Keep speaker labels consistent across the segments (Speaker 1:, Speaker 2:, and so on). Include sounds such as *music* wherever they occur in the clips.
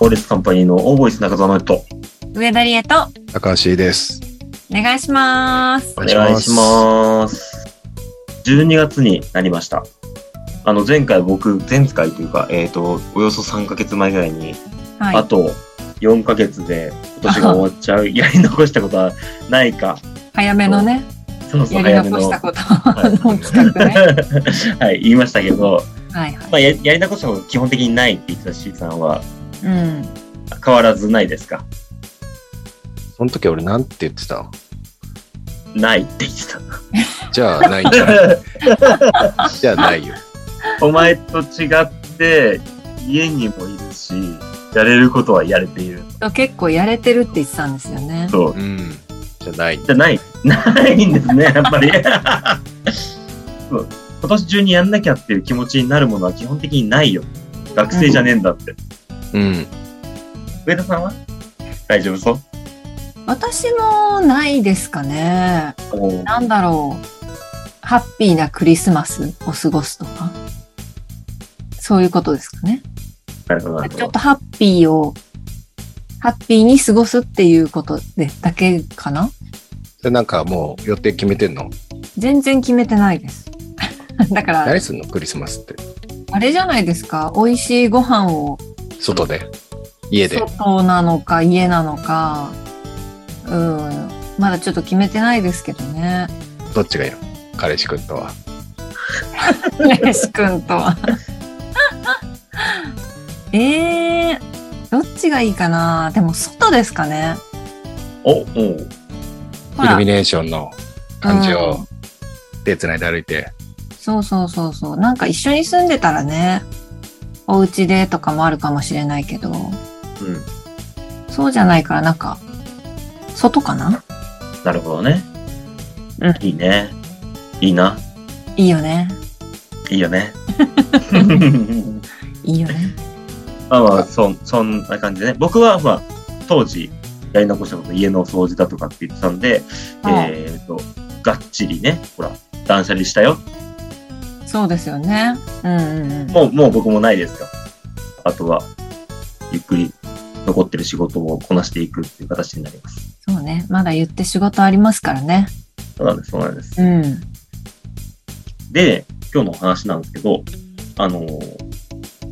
Speaker 1: モーレツカンパニーの大ボイス中澤の人。
Speaker 2: 上田理恵と
Speaker 3: 高橋です。
Speaker 2: お願いします。
Speaker 1: お願いします。12月になりました。あの、前回僕、前回というか、えっ、と、およそ3ヶ月前ぐらいに、
Speaker 2: はい
Speaker 1: あ。と4ヶ月で今年が終わっち
Speaker 2: *laughs*
Speaker 1: ゃう、やり残したことはないか。
Speaker 2: 早めのね、
Speaker 1: そうそう、早
Speaker 2: やり
Speaker 1: めの。
Speaker 2: 残したこと
Speaker 1: い
Speaker 2: の *laughs* 企画ね。
Speaker 1: *laughs* はい、言いましたけど、
Speaker 2: はい
Speaker 1: ま
Speaker 2: は
Speaker 1: あ
Speaker 2: い。
Speaker 1: や、やり残したこと基本的にないって言ってた C さんは、
Speaker 2: うん。
Speaker 1: 変わらずないですか
Speaker 3: その時俺なんて言ってた
Speaker 1: ないって言ってた。
Speaker 3: じゃあないんじゃ
Speaker 1: *laughs*
Speaker 3: ないじゃあないよ。
Speaker 1: お前と違って、家にもいるし、やれることはやれている。
Speaker 2: 結構やれてるって言ってたんですよね。
Speaker 1: そう。
Speaker 3: うん。じゃあない。
Speaker 1: じゃない、ないんですね、やっぱ *laughs* り。そう今年中にやんなきゃっていう気持ちになるものは基本的にないよ。学生じゃねえんだって。
Speaker 3: うん。
Speaker 1: 上田さんは大丈夫そう
Speaker 2: 私もないですかね。
Speaker 1: お
Speaker 2: なんだろう。ハッピーなクリスマスを過ごすとか。そういうことですかね。
Speaker 1: なるほど、なるほ
Speaker 2: ちょっ
Speaker 1: ど。
Speaker 2: とハッピーを、ハッピーに過ごすっていうことでだけかな
Speaker 3: それなんかもう予定決めてんの
Speaker 2: 全然決めてないです。 *laughs* だから、
Speaker 3: 何すんのクリスマスって。
Speaker 2: あれじゃないですか。美味しいご飯を
Speaker 3: 外で家で。
Speaker 2: 外なのか家なのか、うん、まだちょっと決めてないですけどね。
Speaker 3: どっちがいいの彼氏くんとは。
Speaker 2: レシ君とは。 *laughs* えー、どっちがいいかなでも外ですかね。
Speaker 1: お、おう
Speaker 2: ほ
Speaker 3: イル
Speaker 2: ら
Speaker 3: ミ、ネーションの感じ
Speaker 2: う
Speaker 3: を手繋いで歩いて。
Speaker 2: そうそうそうそう。なんか一緒に住んでたらね、お家でとかもあるかもしれないけど、
Speaker 1: うん。
Speaker 2: そうじゃないからなんか、外かな
Speaker 1: なるほどね。
Speaker 2: うん
Speaker 1: いいね。いいな。
Speaker 2: いいよね。
Speaker 1: いいよ *laughs* ね。
Speaker 2: いいよね。
Speaker 1: まあまあ、そん、そんな感じでね。僕は、まあ、当時、やり残したこと、家の掃除だとかって言ってたんで、
Speaker 2: はい
Speaker 1: えっ、と、がっちりね、ほら、断捨離したよ。
Speaker 2: そうですよね。うんうんうん。
Speaker 1: もう、もう僕もないですよ。あとは、ゆっくり、残ってる仕事をこなしていくっていう形になります。
Speaker 2: そうね。まだ言って仕事ありますからね。
Speaker 1: そうなんです、そうなんです。
Speaker 2: うん。
Speaker 1: で、今日のお話なんですけど、あのー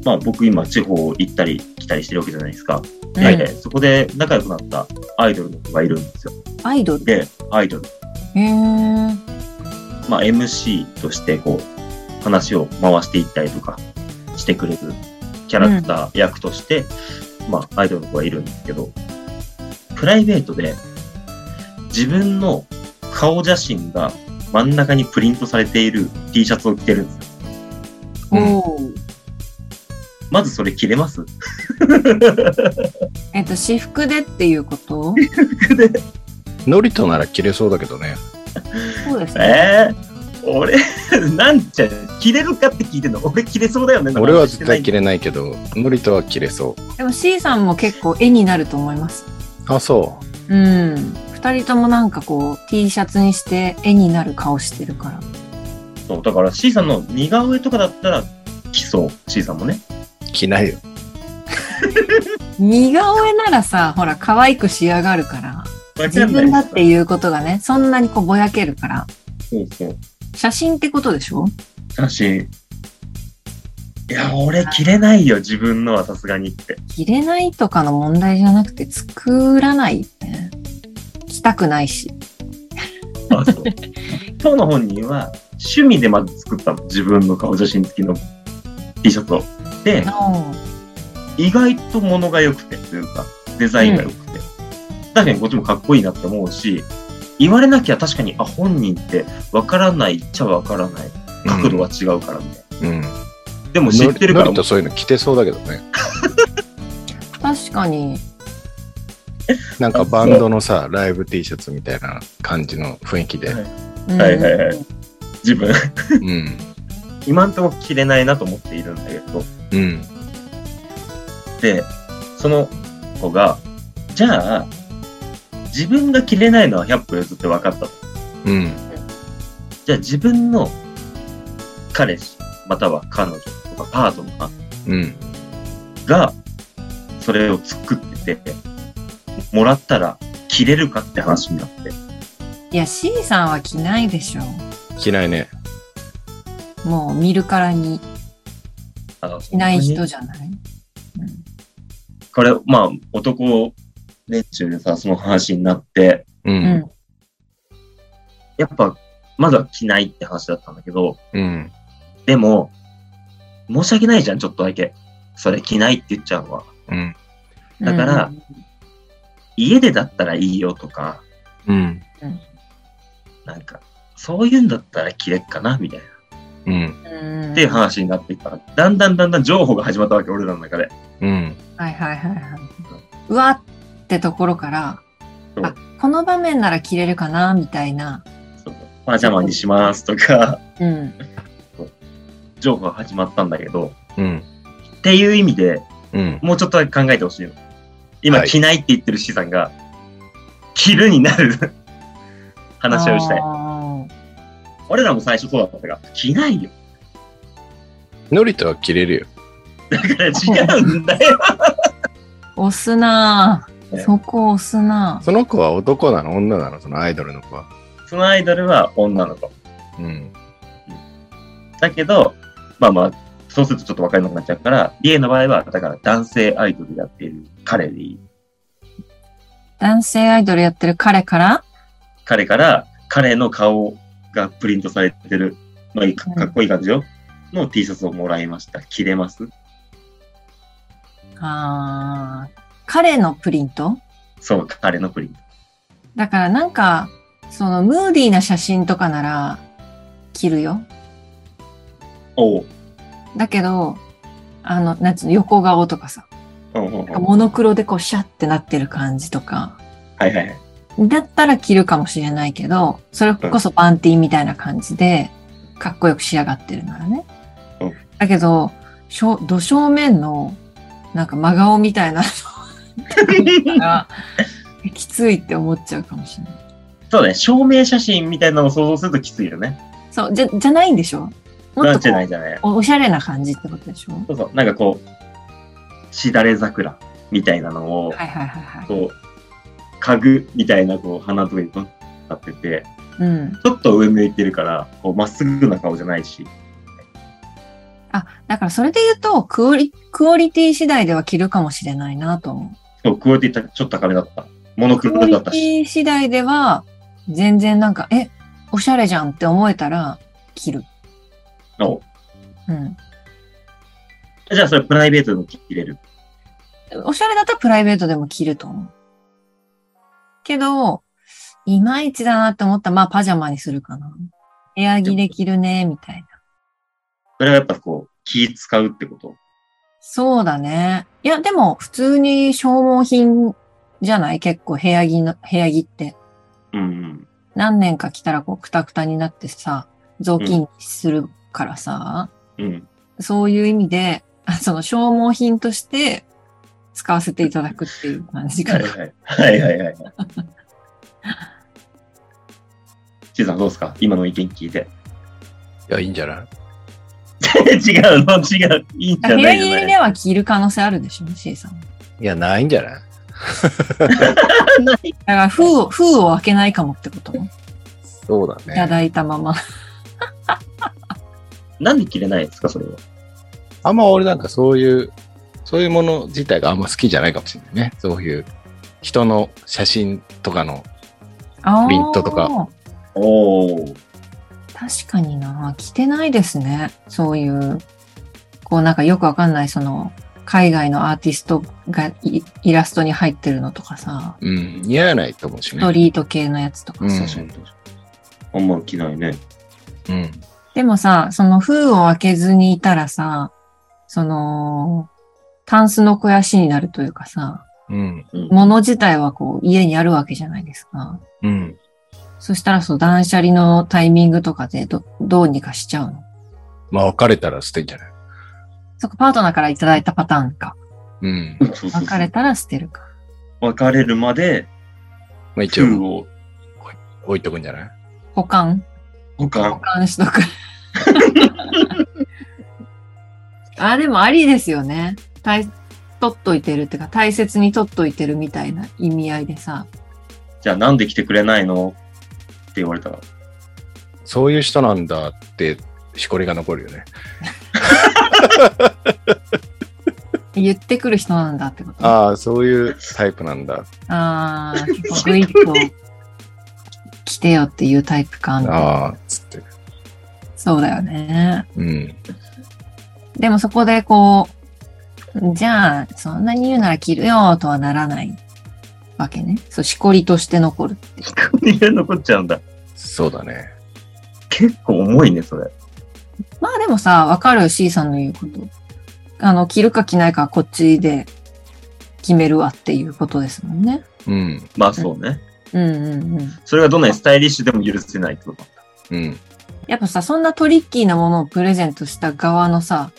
Speaker 1: まあ僕今地方行ったり来たりしてるわけじゃないですか。
Speaker 2: は
Speaker 1: で、そこで仲良くなったアイドルの子がいるんですよ。
Speaker 2: アイドル。
Speaker 1: で、アイドル、
Speaker 2: へー
Speaker 1: まあ MC としてこう、話を回していったりとかしてくれるキャラクター役として、まあアイドルの子がいるんですけど、プライベートで自分の顔写真が真ん中にプリントされている T シャツを着てるんですよ。
Speaker 3: うん
Speaker 2: おー
Speaker 1: まずそれ着れます
Speaker 2: えっと、私服でっていうこと
Speaker 3: ノリとなら切れそうだけどね。
Speaker 2: そうですね。
Speaker 1: えー、俺、 *laughs* なんちゃん、切れるかって聞いてんの俺切れそうだよね。
Speaker 3: 俺は絶対切
Speaker 1: れ
Speaker 3: れないけど、ノリとは切れそう。
Speaker 2: でも C さんも結構絵になると思います。
Speaker 3: あ、そう。
Speaker 2: うん。二人ともなんかこう、T シャツにして絵になる顔してるから。
Speaker 1: そう、だから C さんの似顔絵とかだったら、来そう。C さんもね。
Speaker 3: 着ないよ。
Speaker 2: 似顔絵ならさ、ほら、可愛く仕上がるから。
Speaker 1: わか
Speaker 2: 自
Speaker 1: んない
Speaker 2: 分だっていうことがね、そんなにこうぼやけるから。
Speaker 1: そうそう。
Speaker 2: 写真ってことでしょ
Speaker 1: 写真。いや、俺切れないよ、自分のはさすがに
Speaker 2: *laughs*
Speaker 1: って。
Speaker 2: 着れないとかの問題じゃなくて作らないよね着たくないし
Speaker 1: あ、そう。当の本人は、趣味でまず作ったの。自分の顔写真付きの T シャツを。で、意外と物が良くてというか、デザインが良くて。確かにこっちもかっこいいなって思うし、言われなきゃ確かに、あ、本人ってわからないっちゃわからない。 *laughs* 角度は違うからみたいな。
Speaker 3: うん。
Speaker 1: でも知ってるか
Speaker 3: ノ
Speaker 1: ら
Speaker 3: リとそういうの着てそうだけどね。
Speaker 2: 確かに
Speaker 3: なんかバンドのさ、ライブ T シャツみたいな感じの雰囲気で。
Speaker 1: はい
Speaker 2: うん
Speaker 1: はいはいはい自分、 *laughs*
Speaker 3: うん。
Speaker 1: 今んとこ着れないなと思っているんだけど。
Speaker 3: うん。
Speaker 1: で、その子が、じゃあ、自分が着れないのは100歩譲って分かったと。
Speaker 3: うん。
Speaker 1: じゃあ自分の彼氏、または彼女とかパートナー
Speaker 3: うん。
Speaker 1: が、それを作ってて、もらったら着れるかって話になって。
Speaker 2: いや、C さんは着ないでしょ
Speaker 3: 着ないね。
Speaker 2: もう見るからに
Speaker 1: あの
Speaker 2: 着ない人じゃない、うん
Speaker 1: これ、まあ、男連中でさ、その話になって、
Speaker 3: う。
Speaker 2: うんん
Speaker 1: やっぱ、まだ着ないって話だったんだけど、
Speaker 3: うん。
Speaker 1: でも、申し訳ないじゃん、ちょっとだけ。それ着ないって言っちゃうのは。
Speaker 3: うん。
Speaker 1: だから家でだったらいいよとか、
Speaker 3: うん。
Speaker 1: なんか、そういうんだったら着れっかな、みたいな。
Speaker 3: うん。
Speaker 2: うん
Speaker 1: っていう話になっていったら、だんだんだんだん情報が始まったわけ、俺らの中で。
Speaker 3: うん。
Speaker 2: はいはいはいはい。うわってところから、
Speaker 1: そう
Speaker 2: あ、この場面なら着れるかな、みたいな。
Speaker 1: そうパジャマにしますとか、
Speaker 2: うん。
Speaker 1: 情報が始まったんだけど、
Speaker 3: うん。
Speaker 1: っていう意味で
Speaker 3: うん。
Speaker 1: もうちょっとだけ考えてほしいの。今、
Speaker 3: はい
Speaker 1: 着ないって言ってる資産が、着るにな
Speaker 3: *laughs*
Speaker 1: る話をしたい。
Speaker 2: あ
Speaker 1: 俺らも最初そうだったが、着ないよ。
Speaker 3: ノリとは切れるよ。
Speaker 1: だから違うんだよ。
Speaker 2: ー押すなぁ。
Speaker 1: ね
Speaker 2: そこ押すなぁ。
Speaker 3: その子は男なの女なのそのアイドルの子は。
Speaker 1: そのアイドルは女の子。
Speaker 3: うん。
Speaker 1: だけど、まあまあ、そうするとちょっと分かんなくなっちゃうから、リエの場合は、だから男性アイドルやっている彼でいい。
Speaker 2: 男性アイドルやってる彼から、
Speaker 1: 彼から、彼の顔がプリントされてる、まあいいか
Speaker 2: うん
Speaker 1: かっこいい感じよ、の T シャツをもらいました。着れます
Speaker 2: あー彼のプリント
Speaker 1: そう、彼のプリント。
Speaker 2: だからなんか、そのムーディーな写真とかなら着るよ。
Speaker 1: おう。
Speaker 2: だけど、あの、なんつうの、横顔とかさ、
Speaker 1: うんうんうん
Speaker 2: なんかモノクロでこうシャってなってる感じとか、
Speaker 1: はいはい *laughs* はい。
Speaker 2: だったら着るかもしれないけど、それこそパンティーみたいな感じで、かっこよく仕上がってるならね。
Speaker 1: うん
Speaker 2: だけど、しょ土正面の、なんか真顔みたいな
Speaker 1: *laughs*
Speaker 2: のが、きついって思っちゃうかもしれない。
Speaker 1: そうね、証明写真みたいなのを想像するときついよね。
Speaker 2: そう、じゃ、じゃないんでしょも
Speaker 1: な
Speaker 2: っ
Speaker 1: ん
Speaker 2: と
Speaker 1: じゃな
Speaker 2: こ。
Speaker 1: いじゃないう
Speaker 2: おおしゃれな感じってことでしょ
Speaker 1: そうそう、なんかこう、しだれ桜みたいなのを、
Speaker 2: はいはいはいはい。
Speaker 1: こう、家具みたいな、こう、花とかに立ってて、
Speaker 2: うん。
Speaker 1: ちょっと上向いてるから、こう、まっすぐな顔じゃないし、
Speaker 2: あ、だからそれで言うと、クオリ、クオリティ次第では着るかもしれないなと思う。
Speaker 1: そう、クオリティちょっと高めだった。モノク *laughs*
Speaker 2: ク
Speaker 1: ロ
Speaker 2: オリ
Speaker 1: だっ
Speaker 2: テ
Speaker 1: たし。
Speaker 2: ィ次第では、全然なんか、え、おしゃれじゃんって思えたら、着る。
Speaker 1: お
Speaker 2: うん。
Speaker 1: じゃあ、それプライベートでも着れる。
Speaker 2: おしゃれだったらプライベートでも着ると思う。けど、いまいちだなって思ったら、まあ、パジャマにするかな。エア着で着るね、みたいな。
Speaker 1: それはやっぱこう、気使うってこと。
Speaker 2: そうだね。いや、でも、普通に消耗品じゃない結構、部屋着の、部屋着って。
Speaker 1: うんうん。
Speaker 2: 何年か着たら、こう、くたくたになってさ、雑巾にするからさ、
Speaker 1: うん。
Speaker 2: そういう意味で、あその消耗品として使わせていただくっていう感じ
Speaker 1: はい
Speaker 2: かな。
Speaker 1: はい。はいはい *laughs* はい。シーさんどうですか今の意見聞いて。 *laughs*
Speaker 3: いや、いいんじゃない
Speaker 1: 違うの違う。いいんじゃ
Speaker 2: 部
Speaker 1: な
Speaker 2: 屋
Speaker 1: いじゃない
Speaker 2: 着では着る可能性あるでしょ、C さん。だ
Speaker 3: いや、ないんじゃない
Speaker 2: から封を、封を開けないかもってことも、
Speaker 3: そうだ
Speaker 2: いた
Speaker 3: ね。
Speaker 2: だいたまま。
Speaker 1: なんで着れないんですかそれは。
Speaker 3: あんま俺なんかそういう、そういうもの自体があんま好きじゃないかもしれないね。そういう人の写真とかの、
Speaker 2: あー
Speaker 3: プリントとか。
Speaker 1: おお。
Speaker 2: 確かにな、着てないですね。そういう、こうなんかよくわかんない、その、海外のアーティストがイイラストに入ってるのとかさ、
Speaker 3: うん、似合わないと思うし
Speaker 2: スト
Speaker 3: ね。
Speaker 2: リート系のやつとかさ。
Speaker 3: うん
Speaker 1: 確かに確かに。あんま着ないね。
Speaker 3: うん。
Speaker 2: でもさ、その封を開けずにいたらさ、その、タンスの肥やしになるというかさ、
Speaker 3: うん。
Speaker 2: 物自体はこう家にあるわけじゃないですか。
Speaker 3: うん。
Speaker 2: そしたらそう断捨離のタイミングとかでどどうにかしちゃうの。
Speaker 3: まあ、別れたら捨てんじゃない
Speaker 2: そっか、パートナーからいただいたパターンか。
Speaker 3: うん。
Speaker 1: そうそうそう
Speaker 2: 別れたら捨てるか。
Speaker 1: 別れるまで、
Speaker 3: まあ、一
Speaker 1: 封
Speaker 3: 応
Speaker 1: を
Speaker 3: 置いとくんじゃない
Speaker 2: 保管
Speaker 1: 保
Speaker 2: 保
Speaker 1: 管。
Speaker 2: 管しとく。 *laughs* あ、でもありですよね。大取っといてるっていうか、大切に取っといてるみたいな意味合いでさ、
Speaker 1: じゃあなんで来てくれないのって言われた *laughs* ら、
Speaker 3: そういう人なんだって、しこりが残るよね。
Speaker 2: 言ってくる人なんだってこと。
Speaker 3: ああ、そういうタイプなんだ。
Speaker 2: ああ、結構グイッと来てよっていうタイプかみたいな。
Speaker 3: ああ、つって。
Speaker 2: そうだよね。
Speaker 3: うん。
Speaker 2: でもそこでこう、じゃあ、そんなに言うなら切るよとはならないわけね。そう、しこりとして残る。
Speaker 1: 人間残っちゃうんだ。
Speaker 3: そうだね。
Speaker 1: 結構重いね、それ。
Speaker 2: まあでもさ、わかるよ C さんの言うこと。あの、着るか着ないかはこっちで決めるわっていうことですもんね。
Speaker 3: うん。
Speaker 1: まあそうね。
Speaker 2: うんうんうん。
Speaker 1: それがどんなにスタイリッシュでも許せないってことだ。
Speaker 3: うん。
Speaker 2: やっぱさ、そんなトリッキーなものをプレゼントした側のさ、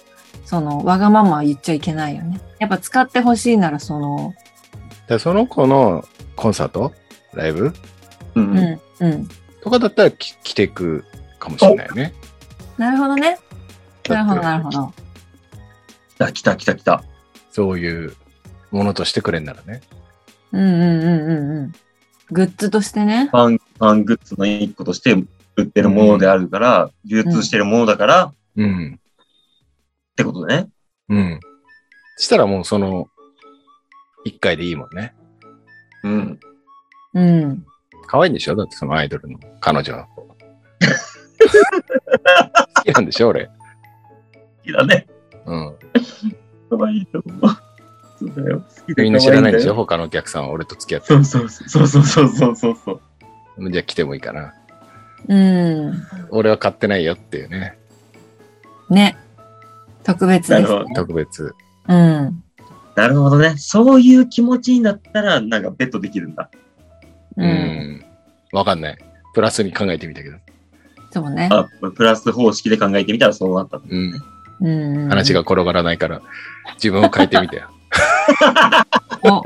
Speaker 2: その、わがままは言っちゃいけないよね。やっぱ使ってほしいなら、その、
Speaker 3: でその子のコンサートライブ
Speaker 1: うん
Speaker 2: う。ん、うん。
Speaker 3: とかだったらき着てくかもしれないよね。
Speaker 2: なるほどね。なるほど、
Speaker 3: だ
Speaker 2: な
Speaker 3: っ
Speaker 2: る
Speaker 3: て
Speaker 2: ほど。
Speaker 1: あ、来た来た来た。
Speaker 3: そういうものとしてくれんならね。
Speaker 2: うんうんうんうんうん。グッズとしてね
Speaker 1: フ。ァン、ファングッズの一個として売ってるものであるから、流通してるものだから、っ
Speaker 3: うん。
Speaker 1: てことね。
Speaker 3: うん。したらもうその、一回でいいもんね。
Speaker 1: うん。
Speaker 2: うん。
Speaker 3: 可愛いんでしょだってそのアイドルの彼女の子。好きなんでしょ俺。
Speaker 1: 好きだね。
Speaker 3: うん。
Speaker 1: 可愛いと思う。そうだよ。好きで可愛
Speaker 3: みんな知らないんでしょ
Speaker 1: だよ。
Speaker 3: 他のお客さんは俺と付き合って
Speaker 1: そうそうそうそう *laughs* そうそうそうそう。
Speaker 3: る。じゃあ来てもいいかな。
Speaker 2: うん。
Speaker 3: 俺は買ってないよっていうね。
Speaker 2: ね。特別
Speaker 1: な
Speaker 2: で
Speaker 1: る
Speaker 2: す。
Speaker 1: ほど。
Speaker 3: 特別。
Speaker 2: うん。
Speaker 1: なるほどね。そういう気持ちになったら、なんかベッドできるんだ。
Speaker 3: う
Speaker 2: うん。
Speaker 3: ん。わかんない。プラスに考えてみたけど。
Speaker 2: そうね。
Speaker 1: あ、プラス方式で考えてみたらそうなった。
Speaker 3: うん。
Speaker 2: うんうん。
Speaker 3: 話が。転がらないから、自分を変えてみたよ。
Speaker 2: お、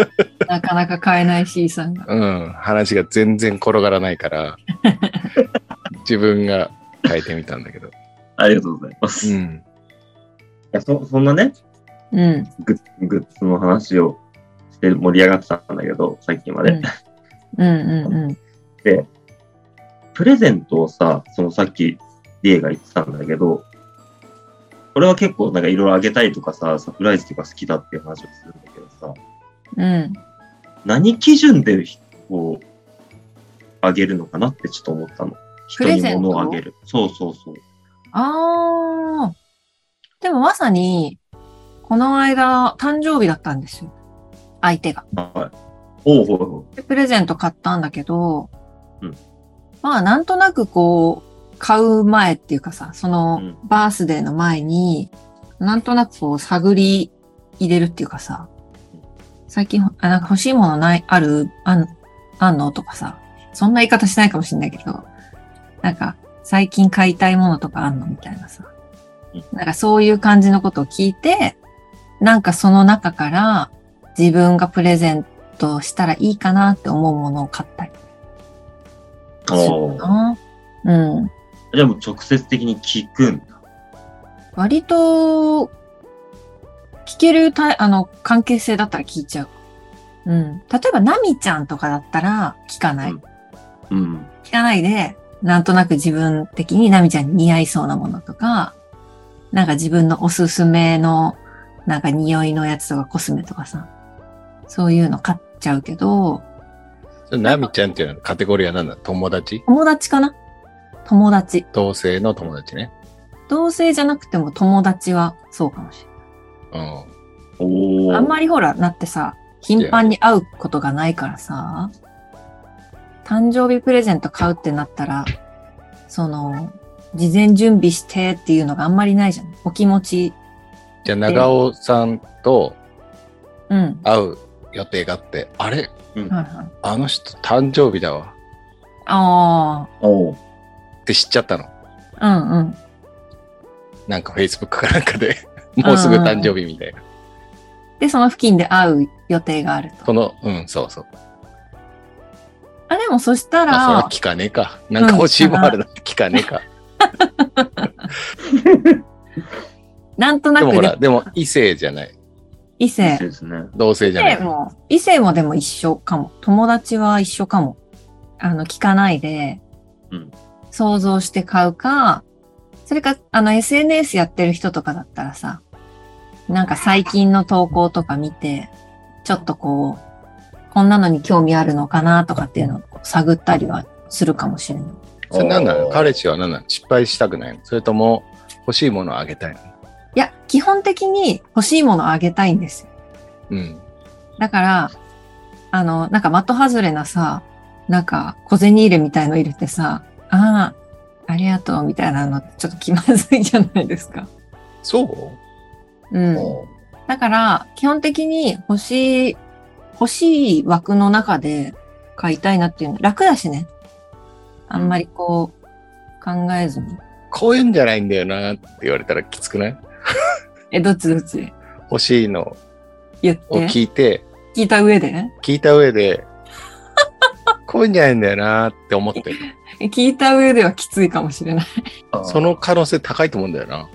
Speaker 2: なかなか買えない C さんが。
Speaker 3: うん。話が全然転がらないから、自分が変えてみたんだけど。
Speaker 1: ありがとうございます。
Speaker 3: う
Speaker 1: い
Speaker 3: ん。
Speaker 1: やそそんなね
Speaker 2: うん。
Speaker 1: グッ、グッズの話をして盛り上がってたんだけど、最近まで。
Speaker 2: うんうんうん。
Speaker 1: プレゼントをさ、そのさっき、リエが言ってたんだけど、俺は結構なんかいろいろあげたりとかさ、サプライズとか好きだっていう話をするんだけどさ、
Speaker 2: うん。
Speaker 1: 何基準でこう、あげるのかなってちょっと思ったの。
Speaker 2: プ
Speaker 1: 人
Speaker 2: レ
Speaker 1: に
Speaker 2: ゼント
Speaker 1: 物をあげる。そうそうそう。
Speaker 2: ああ。でもまさに、この間、誕生日だったんですよ。相手が。
Speaker 1: はい。おうほうほ
Speaker 2: でプレゼント買ったんだけど、
Speaker 1: うん。
Speaker 2: まあ、なんとなくこう、買う前っていうかさ、そ
Speaker 1: う
Speaker 2: うの、
Speaker 1: ん。
Speaker 2: バースデーの前に、なんとなくこう、探り入れるっていうかさ、最近、あなんか欲しいものない、ある、あん、あんのとかさ、そんな言い方しないかもしれないけど、なんか、最近買いたいものとかあんのみたいなさ
Speaker 1: うん。
Speaker 2: なんかそういう感じのことを聞いて、なんかその中から自分がプレゼントしたらいいかなって思うものを買ったりする
Speaker 1: ああ。
Speaker 2: な。うん。
Speaker 1: じゃあもう直接的に聞くんだ。
Speaker 2: 割と、聞けるたいあの関係性だったら聞いちゃう。うん。例えば、ナミちゃんとかだったら聞かない。
Speaker 1: うんうん。
Speaker 2: 聞かないで、なんとなく自分的にナミちゃんに似合いそうなものとか、なんか自分のおすすめの、なんか匂いのやつとかコスメとかさ、そういうの買っちゃうけど、
Speaker 3: それナミちゃんっていうのはカテゴリーは何だ友達
Speaker 2: 友達かな友達。
Speaker 3: 同性の友達ね。
Speaker 2: 同性じゃなくても友達はそうかもしれない。
Speaker 3: うん。
Speaker 1: おお。
Speaker 2: あんまりほら、だってさ、頻繁に会うことがないからさ、誕生日プレゼント買うってなったら、その、事前準備してっていうのがあんまりないじゃん。お気持ち。
Speaker 3: じゃあ長尾さんと
Speaker 2: うん。
Speaker 3: 会う予定があって、あれ
Speaker 1: うん。
Speaker 2: はいはい。
Speaker 3: あの人誕生日だわ
Speaker 2: あ
Speaker 1: おう
Speaker 3: って知っちゃったの。
Speaker 2: あ、うんうん。
Speaker 3: なんか Facebook かなんかで。もうすぐ誕生日みたいな。
Speaker 2: で、その付近で会う予定があると。
Speaker 3: この、うん、そうそう。
Speaker 2: あ、でもそした
Speaker 3: あ、それ
Speaker 2: ら
Speaker 3: は、聞かねえか。なんか欲しいもんあるなって聞かねえか。
Speaker 2: なんとな
Speaker 3: でも
Speaker 2: く
Speaker 3: ほ
Speaker 2: ね
Speaker 3: ら、でも異性じゃない。
Speaker 2: 異性。
Speaker 1: そうですね。
Speaker 3: 同性じ
Speaker 2: 異
Speaker 3: ゃない
Speaker 2: 性。も、異性もでも一緒かも。友達は一緒かも。あの、聞かないで、
Speaker 1: うん
Speaker 2: 想像して買うか、それか、あの、SNS やってる人とかだったらさ、なんか最近の投稿とか見て、ちょっとこう、こんなのに興味あるのかなとかっていうのをこう探ったりはするかもしれない。
Speaker 3: それ何な
Speaker 1: あ
Speaker 3: の
Speaker 1: ー
Speaker 3: 彼氏は何なの失敗したくないのそれとも欲しいものをあげたいの
Speaker 2: いや、基本的に欲しいものをあげたいんですよ。
Speaker 3: うん。
Speaker 2: だから、あの、なんか的外れなさ、なんか小銭入れみたいの入れてさ、ああ、ありがとうみたいなのちょっと気まずいじゃないですか。
Speaker 3: そう
Speaker 2: うん。だから、基本的に欲しい、欲しい枠の中で買いたいなっていうの。楽だしね。あんまりこう、考えずに。
Speaker 3: こういうんじゃないんだよなって言われたらきつくない
Speaker 2: え、どっちどっち
Speaker 3: 欲しいの
Speaker 2: 言っ
Speaker 3: を
Speaker 2: て。
Speaker 3: 聞いて、
Speaker 2: 聞いた上で
Speaker 3: 聞いた上で、こういうんじゃないんだよなって思ってる。
Speaker 2: え聞いた上ではきついかもしれない。 *laughs*
Speaker 3: その可能性高いと思うんだよな。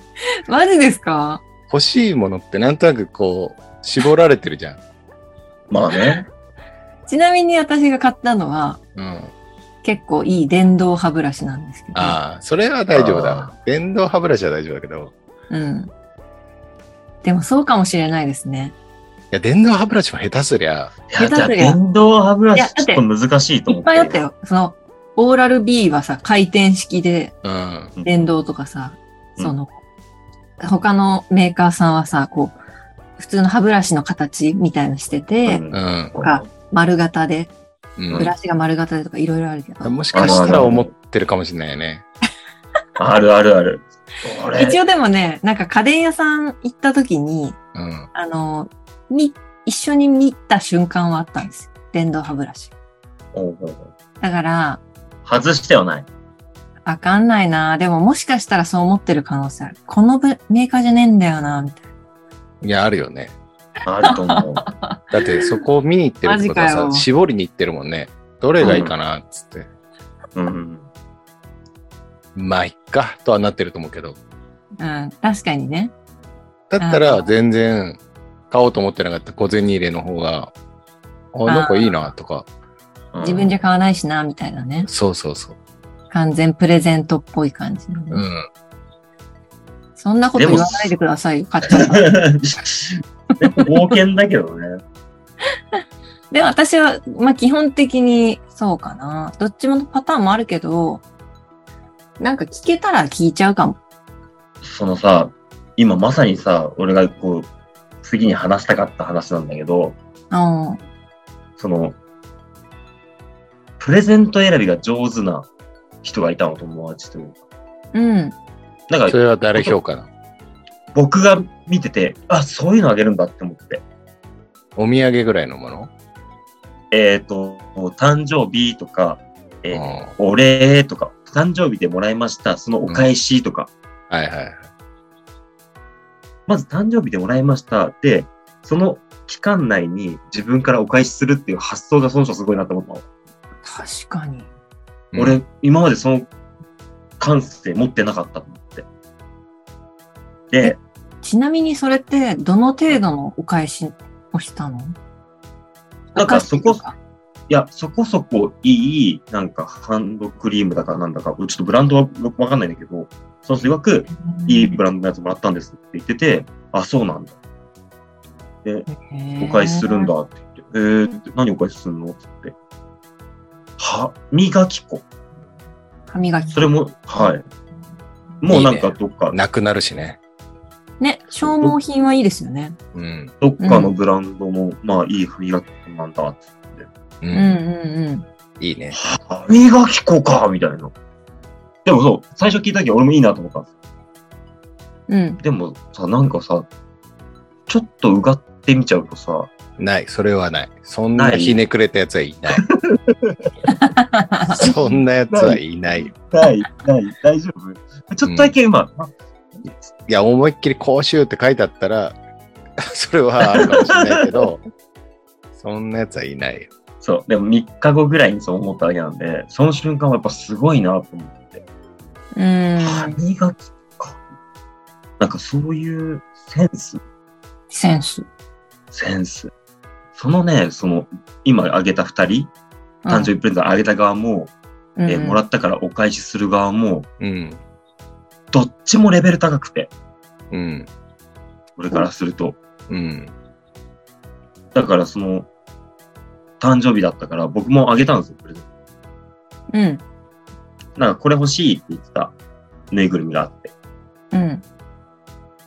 Speaker 2: マジですか
Speaker 3: 欲しいものってなんとなくこう、絞られてるじゃん。
Speaker 1: まあ
Speaker 2: *laughs*
Speaker 1: ね。
Speaker 2: ちなみに私が買ったのは、
Speaker 3: うん。
Speaker 2: 結構いい電動歯ブラシなんですけど。
Speaker 3: ああ、それは大丈夫だ
Speaker 1: あ。
Speaker 3: 電動歯ブラシは大丈夫だけど、
Speaker 2: うん。でもそうかもしれないですね。
Speaker 3: いや、電動歯ブラシも下手すりゃ、
Speaker 1: いや、
Speaker 2: 下手
Speaker 1: じゃあ
Speaker 2: すりゃ
Speaker 1: 電動歯ブラ
Speaker 2: いや
Speaker 1: シ
Speaker 2: だっ
Speaker 1: ち
Speaker 2: て
Speaker 1: ょっと難しいと
Speaker 2: い
Speaker 1: 思
Speaker 2: っ
Speaker 1: って。
Speaker 2: ぱいあったよ。その、オーラル B はさ、回転式で
Speaker 3: うん。
Speaker 2: 電動とかさ、
Speaker 1: うん
Speaker 2: その、他のメーカーさんはさ、こう、普通の歯ブラシの形みたいのしてて、
Speaker 1: うん
Speaker 3: うん。
Speaker 2: か丸型で、
Speaker 3: うん
Speaker 2: ブラシが丸型でとかいろいろあるけど。
Speaker 3: もしかしたら思ってるかもしれないよね。
Speaker 1: あるあるある。これ
Speaker 2: *laughs* 一応でもね、なんか家電屋さん行った時に、
Speaker 3: うん。
Speaker 2: あの、み、一緒に見た瞬間はあったんですよ。電動歯ブラシ。
Speaker 1: おうおうおう
Speaker 2: だから、
Speaker 1: 外してはない。
Speaker 2: わかんないな。でももしかしたらそう思ってる可能性ある。このブメーカーじゃねえんだよな、みたい
Speaker 3: いや、あるよね。
Speaker 1: あると思う。
Speaker 2: *laughs*
Speaker 3: だってそこを見に行ってるってことは
Speaker 2: マジか
Speaker 3: さ、
Speaker 2: よ
Speaker 3: 絞りに行ってるもんね。どれがいいかなっつって、
Speaker 1: うん。
Speaker 3: まあ、いっか、とはなってると思うけど。
Speaker 2: な。うん、確かにね。
Speaker 3: だったら全然買おうと思ってなかった小銭入れの方が、あ、なんかいいなとか。
Speaker 1: うん
Speaker 2: 自分じゃ買わないしな、みたいなね。
Speaker 3: そうそうそう。
Speaker 2: 完全プレゼントっぽい感じのね。
Speaker 3: うん。
Speaker 2: そんなこと
Speaker 1: でも
Speaker 2: 言わないでくださいよ、買っ
Speaker 1: *laughs*
Speaker 2: ちゃうから。
Speaker 1: *laughs* でも冒険だけどね。
Speaker 2: で、私は、まあ、基本的にそうかな。どっちもパターンもあるけど、なんか聞けたら聞いちゃうかも。
Speaker 1: そのさ、今まさにさ、俺がこう、次に話したかった話なんだけど、
Speaker 2: うん。
Speaker 1: その、プレゼント選びが上手な人がいたの、友達というか。
Speaker 2: うん。
Speaker 1: なん
Speaker 3: そ
Speaker 1: か、
Speaker 3: れは誰評価なの
Speaker 1: 僕が見てて、あ、そういうのあげるんだって思って。
Speaker 3: お土産ぐらいのもの
Speaker 1: えっ、と、誕生日とか、えー
Speaker 3: うん
Speaker 1: お礼とか、誕生日でもらいました、そのお返しとか、
Speaker 3: はいはい。
Speaker 1: まず誕生日でもらいました、で、その期間内に自分からお返しするっていう発想がその人すごいなと思ったの。
Speaker 2: 確かに。
Speaker 3: うん
Speaker 1: 俺、今までその感性持ってなかったと思って。で、
Speaker 2: ちなみにそれって、どの程度のお返しをしたの
Speaker 1: なんかそこ
Speaker 2: お菓子とか
Speaker 1: いや、そこそこいい、なんかハンドクリームだかなんだか、俺ちょっとブランドはわかんないんだけど、その人曰く、いいブランドのやつもらったんですって言ってて、あ、そうなんだ。
Speaker 2: へ
Speaker 1: お
Speaker 2: ー
Speaker 1: 返しするんだって言って、えーって、何お返しするのって言って。歯磨き粉。
Speaker 2: 歯磨き
Speaker 1: それも、はい。もうなんかどっか、
Speaker 3: なくなるしね。
Speaker 2: ね消耗品はいいですよね
Speaker 3: うん。
Speaker 1: どっかのブランドの、まあいい歯磨き粉なんだって。
Speaker 2: う
Speaker 3: う。
Speaker 2: んんうん
Speaker 3: いいね。
Speaker 1: 歯磨き粉かみたいな。でもそう、最初聞いた時は俺もいいなと思ったんです
Speaker 2: うんうん
Speaker 1: でもさ、なんかさ、ちょっとうがってみちゃうとさ、
Speaker 3: ない。それはない。そんな
Speaker 1: ない
Speaker 3: ひねくれたやつはい
Speaker 2: *laughs*
Speaker 3: ない。そんなやつはいないよ。
Speaker 1: ない、ない、大丈夫ちょっとだけ今、あ
Speaker 3: いや、思いっきり講習って書いてあったら、 *laughs* それはあるかもしれない
Speaker 1: *laughs*
Speaker 3: けど、そんなやつはいないよ。
Speaker 1: そう、でも3日後ぐらいにそう思っただけなんで、その瞬間はやっぱすごいなと思って。
Speaker 2: うん
Speaker 1: 歯磨きか。なんかそういうセンス、
Speaker 2: センス
Speaker 1: センス。そのね、その、今あげた二人、誕生日プレゼントあげた側も、えーもら
Speaker 2: っ
Speaker 1: ったからお返しする側も、
Speaker 3: うん。
Speaker 1: どっちもレベル高くて、
Speaker 3: うん。
Speaker 1: 俺からすると。
Speaker 3: うん。
Speaker 1: だからその、誕生日だったから僕もあげたんですよ、プレゼン
Speaker 2: うん。
Speaker 1: ト。なんかこれ欲しいって言ってたぬいぐるみがあって。
Speaker 2: うん。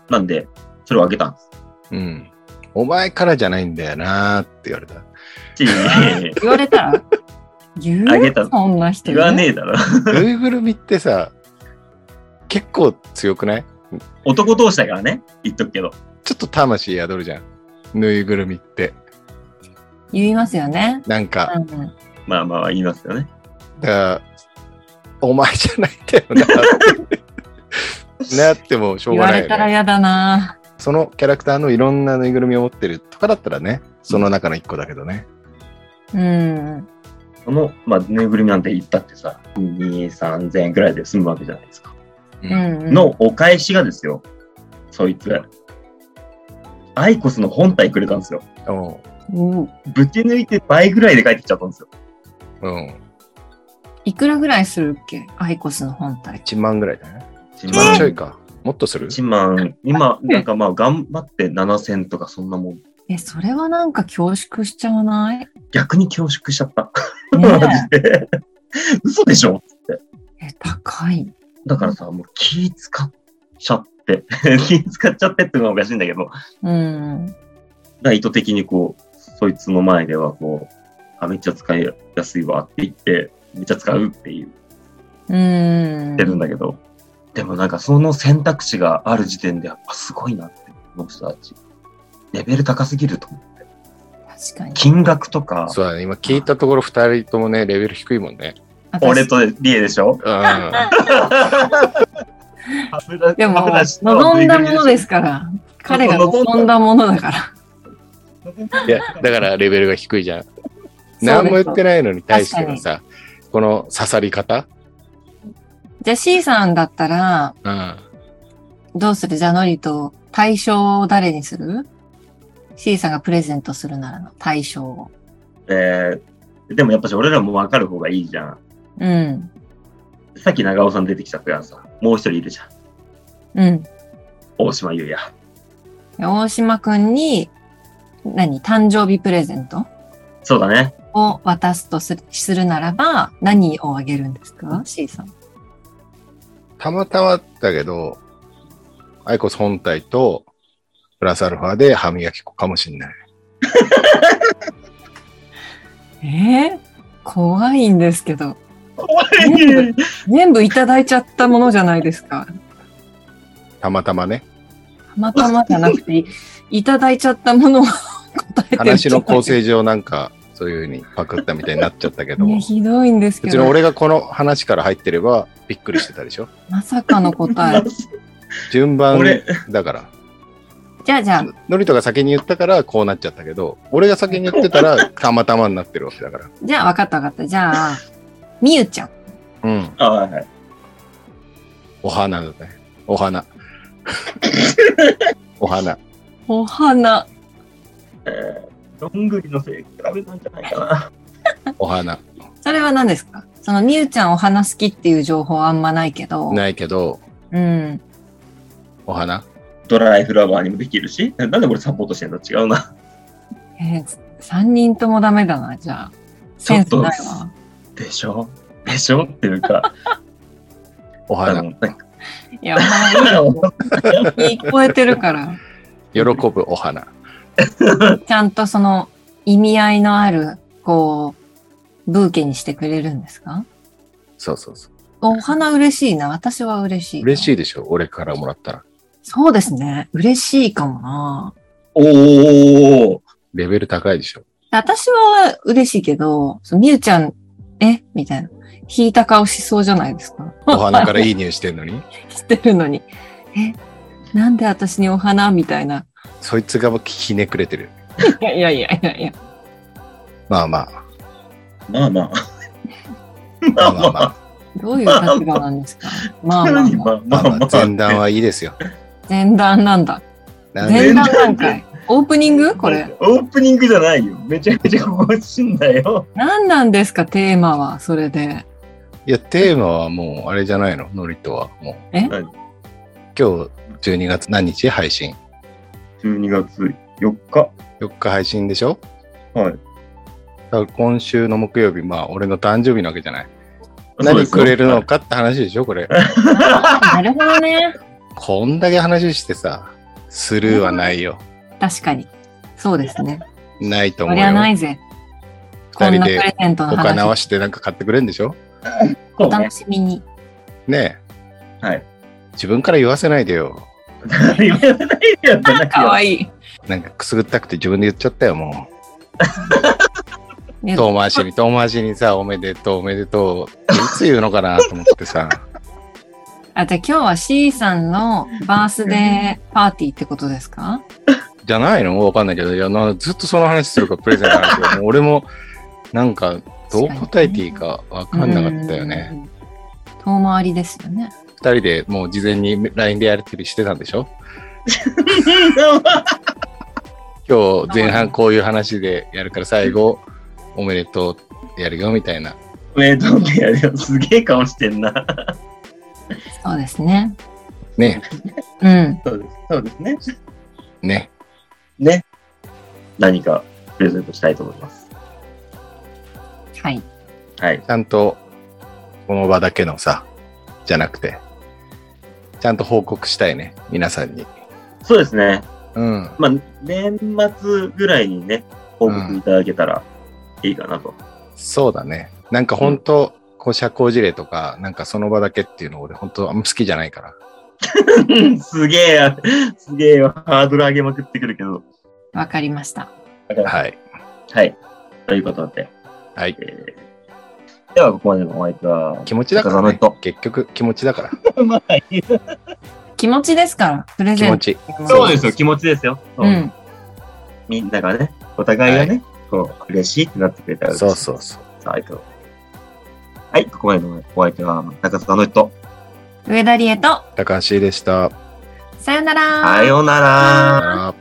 Speaker 1: なんで、それをあげたんです。
Speaker 3: うん。お前からじゃないんだよなーって言われた。
Speaker 1: ちい
Speaker 2: *laughs*
Speaker 1: やいやいや
Speaker 2: 言われた *laughs* ら言う
Speaker 1: あげた
Speaker 2: そんな人
Speaker 1: 言わねえだろ。
Speaker 3: ぬいぐるみってさ、結構強くない
Speaker 1: 男同士だからね、言っとくけど。
Speaker 3: ちょっと魂宿るじゃん。ぬいぐるみって。
Speaker 2: 言いますよね。
Speaker 3: なんか、
Speaker 2: うん。
Speaker 1: まあまあ言いますよね。
Speaker 3: だから、お前じゃないんだよなって。なってもしょう
Speaker 2: 言
Speaker 3: が
Speaker 2: わ
Speaker 3: ない
Speaker 2: れ
Speaker 3: よ
Speaker 2: たら
Speaker 3: ね。
Speaker 2: 嫌だな
Speaker 3: そのキャラクターのいろんなぬいぐるみを持ってるとかだったらね、その中の一個だけどね。
Speaker 2: うん。
Speaker 1: この、まあ、ぬいぐるみなんて言ったってさ、2、3000円ぐらいで済むわけじゃないですか。
Speaker 3: う
Speaker 2: う。ん。
Speaker 1: のお返しがですよ、そいつ。アイコスの本体くれたんですよ。
Speaker 3: おう
Speaker 2: うん。
Speaker 1: ぶち抜いて倍ぐらいで帰ってきちゃったんですよ。
Speaker 3: うん。
Speaker 2: いくらぐらいするっけアイコスの本体。
Speaker 3: 1万ぐらいだね。
Speaker 1: 1
Speaker 3: 1万ちょ
Speaker 1: 万
Speaker 3: いか。もっとする
Speaker 1: 1万、今、なんかまあ、頑張って7000とかそんなもん。
Speaker 2: え、それはなんか恐縮しちゃわ *laughs* ない
Speaker 1: 逆に恐縮しちゃった。マジ
Speaker 2: ね
Speaker 1: で。嘘でしょ
Speaker 2: え、え高い。
Speaker 1: だからさ、もう気使っちゃって。 *laughs* 気使っちゃってってのがおかしいんだけど、だか
Speaker 2: うん。
Speaker 1: ら意図的にこう、そいつの前ではこう、あ、めっちゃ使いやすいわって言って、めっちゃ使うっていう。
Speaker 2: うん。
Speaker 1: ってるんだけど、でもなんかその選択肢がある時点でやっぱすごいなって、この人たち。レベル高すぎると思う。
Speaker 2: 確かに。
Speaker 1: 金額とか、
Speaker 3: そうだね。今聞いたところ2人ともね、レベル低いもんね。
Speaker 2: 私
Speaker 1: 俺とリエでしょ
Speaker 3: うん。あ
Speaker 2: でも、望んだも
Speaker 1: *laughs*
Speaker 2: のですから。彼が望んだものだから。
Speaker 3: いや、だからレベルが低いじゃん。何も言ってないのに対してのさ、この刺さり方
Speaker 2: じゃあ C さんだったら、
Speaker 3: うん。
Speaker 2: どうするじゃあノリと対象を誰にする ?C さんがプレゼントするならの対象を。
Speaker 1: えーでもやっぱし俺らも分かる方がいいじゃん。
Speaker 2: うん。
Speaker 1: さっき長尾さん出てきちゃったからさ、もう一人いるじゃん。
Speaker 2: うん。
Speaker 1: 大島優也。
Speaker 2: 大島くんに、何誕生日プレゼント
Speaker 1: そうだ
Speaker 2: *laughs*
Speaker 1: ね。
Speaker 2: を渡すとするするならば、何をあげるんですか ?C さん。
Speaker 3: たまたまだけど、アイコス本体と、プラスアルファで歯磨き粉かもしんない。
Speaker 2: えー、怖いんですけど。
Speaker 1: 怖い
Speaker 2: 全部全部いただいちゃったものじゃないですか。
Speaker 3: たまたまね。
Speaker 2: たまたまじゃなくて、いいただいちゃったものを *laughs* 答えてるじ
Speaker 3: 話
Speaker 2: ゃな
Speaker 3: の
Speaker 2: いで
Speaker 3: 構
Speaker 2: すか
Speaker 3: 成上なんか、そういう風にパクったみたいになっちゃったけど、
Speaker 2: いや、ひどいんですけ
Speaker 3: 別に
Speaker 2: ど、
Speaker 3: 俺がこの話から入ってればびっくりしてたでしょ。
Speaker 2: まさかの答
Speaker 3: *laughs*
Speaker 2: え。
Speaker 3: 順番
Speaker 1: 俺
Speaker 3: だから。
Speaker 2: じゃあじゃあ、
Speaker 3: ノリトが先に言ったからこうなっちゃったけど、俺が先に言ってたらたまたまになってるわけだから。
Speaker 2: じゃあ分かった分かった。じゃあ、みゆちゃん。
Speaker 3: うん。
Speaker 1: あはいはい。
Speaker 3: お花だね。お *laughs* 花。お花。
Speaker 2: お花。
Speaker 1: えー、どんぐりのせい比べたんじゃないかな。
Speaker 3: お花。
Speaker 2: それは何ですかそのみゆちゃんお花好きっていう情報あんまないけど、
Speaker 3: ないけど、
Speaker 2: うん。
Speaker 3: お花。
Speaker 1: ドライフラワーにもできるし、なんでこれサポートしてんの違うな。
Speaker 2: えー、3人ともダメだな、じゃあ。
Speaker 1: ち
Speaker 2: セ
Speaker 1: ょ
Speaker 2: ン
Speaker 1: っ
Speaker 2: ス
Speaker 1: と
Speaker 2: ないわ。
Speaker 1: でしょでしょっていうか、
Speaker 3: お
Speaker 1: あ
Speaker 3: 花。
Speaker 1: の、なんか
Speaker 2: いや、お花いい聞こえてるから。
Speaker 3: 喜ぶお花。
Speaker 2: ちゃんとその意味合いのある、こう、ブーケにしてくれるんですか
Speaker 3: そうそうそう。
Speaker 2: お花嬉しいな。私は嬉しい。
Speaker 3: 嬉し
Speaker 2: い。
Speaker 3: いでしょ俺からもらったら。
Speaker 2: そうですね。嬉しいかもな。
Speaker 1: おー
Speaker 3: レベル高いでしょ
Speaker 2: 私は嬉しいけど、そのみゆちゃん、えみたいな。引いた顔しそうじゃないですか。
Speaker 3: お花からいい匂いしてんのに。
Speaker 2: してるのに。えなんで私にお花みたいな。
Speaker 3: そいつがひねくれてる。
Speaker 2: いやいやいやいやいや。
Speaker 3: まあまあ。
Speaker 1: まあまあ。
Speaker 3: ま *laughs* あまあまあ。
Speaker 2: どういう立場なん
Speaker 3: *laughs*
Speaker 2: ですかまあまあ、
Speaker 1: 何
Speaker 2: まあ、
Speaker 1: *laughs* まあまあ
Speaker 3: まあ
Speaker 1: ま
Speaker 3: まあ
Speaker 1: あ。
Speaker 3: 前段はいいですよ。
Speaker 2: 前段なんだ。
Speaker 3: なん
Speaker 2: 前
Speaker 3: で
Speaker 2: 段なんかい。オープニングこれ。
Speaker 1: オープニングじゃないよ。めちゃめちゃこぼしんだよ。
Speaker 2: 何なんですかテーマは、それ
Speaker 3: *laughs*
Speaker 2: で。
Speaker 3: いや、テーマはもう、あれじゃないの、ノリとは。もう。
Speaker 2: え
Speaker 3: 今日、12月何日配信
Speaker 1: 12月4日。
Speaker 3: ?4 日配信でしょ
Speaker 1: はい。
Speaker 3: だから今週の木曜日、まあ、俺の誕生日なわけじゃない。
Speaker 1: そうで
Speaker 3: 何
Speaker 1: すよ
Speaker 3: くれるのかって話でしょ、これ。
Speaker 2: なるほどね。
Speaker 3: こんだけ話してさ、スルーはないよ。
Speaker 2: 確かに。そうですね。
Speaker 3: ないと
Speaker 2: そ
Speaker 3: 思う
Speaker 2: り
Speaker 3: よ
Speaker 2: ゃ。ないぜ。こん
Speaker 3: 二人
Speaker 2: なプ
Speaker 3: で
Speaker 2: レゼントの
Speaker 3: お金合わ
Speaker 2: 話。
Speaker 3: せてなんか買ってくれるんでしょ
Speaker 2: お
Speaker 1: そうね
Speaker 2: 楽。しみに。
Speaker 3: ねえ。
Speaker 1: はい。
Speaker 3: 自分から言わせないでよ。
Speaker 1: 言わないでよってな
Speaker 2: かわ
Speaker 1: い
Speaker 2: いい。
Speaker 3: なんかくすぐったくて自分で言っちゃったよ、もう。
Speaker 2: ね
Speaker 3: 遠回しに、遠回しにさ、おめでとう、おめでとう。いつ言うのかなと思ってさ。
Speaker 2: あ、じゃあ今日は C さんのバースデーパーティーってことですか
Speaker 3: じゃないのわかんないけど、いやなずっとその話するからプレゼントの話をもう俺も、なんか、どう答えていいかわかんなかったよね。
Speaker 2: うん。遠回りですよね。
Speaker 3: 二人でもう事前に LINE でやりとりしてたんでしょ
Speaker 1: よ。
Speaker 3: 今日前半こういう話でやるから最後、おめでとうってやるよみたいな。
Speaker 1: おめでとうってやるよ。すげえ顔してんな。
Speaker 2: そうですね。
Speaker 3: ね、
Speaker 2: うん。
Speaker 1: そうです。そうですね。
Speaker 3: ね。
Speaker 1: ね。何かプレゼントしたいと思います。
Speaker 2: はい。
Speaker 1: はい。
Speaker 3: ちゃんと、この場だけのさ、じゃなくて、ちゃんと報告したいね、皆さんに。
Speaker 1: そうですね。
Speaker 3: うん。
Speaker 1: まあ、年末ぐらいにね、報告いただけたらいいかな
Speaker 2: *laughs*
Speaker 1: と。
Speaker 3: そうだね。なんか本当、こう社交辞令とか、なんかその場だけっていうの俺本当あんま好きじゃないから。
Speaker 1: すげえや、すげえよ。ハードル上げまくってくるけど。
Speaker 2: わかりました。
Speaker 3: はい。
Speaker 1: はい。ということで。
Speaker 3: はい。
Speaker 1: えーでは、ここまでのお相手は、
Speaker 3: 気持ちだから、ね
Speaker 1: 中澤。
Speaker 3: 結局気持ちだから。
Speaker 1: まあいい
Speaker 2: 気持ちですから、プレ
Speaker 3: 気
Speaker 2: ゼ
Speaker 3: 持
Speaker 2: ント。
Speaker 3: ち。
Speaker 1: そうですよ、気持ちですよ。そう
Speaker 2: うん。
Speaker 1: みんながね、お互いがね、こう、嬉しいってなってくれたら
Speaker 3: そう
Speaker 1: う。
Speaker 3: そうそう。
Speaker 1: さあ、いくよはい、ここまでのお相手は、中坂の人。
Speaker 2: 上田理恵と、
Speaker 3: 高橋でした。
Speaker 2: さよなら。
Speaker 1: さようなら。
Speaker 3: あー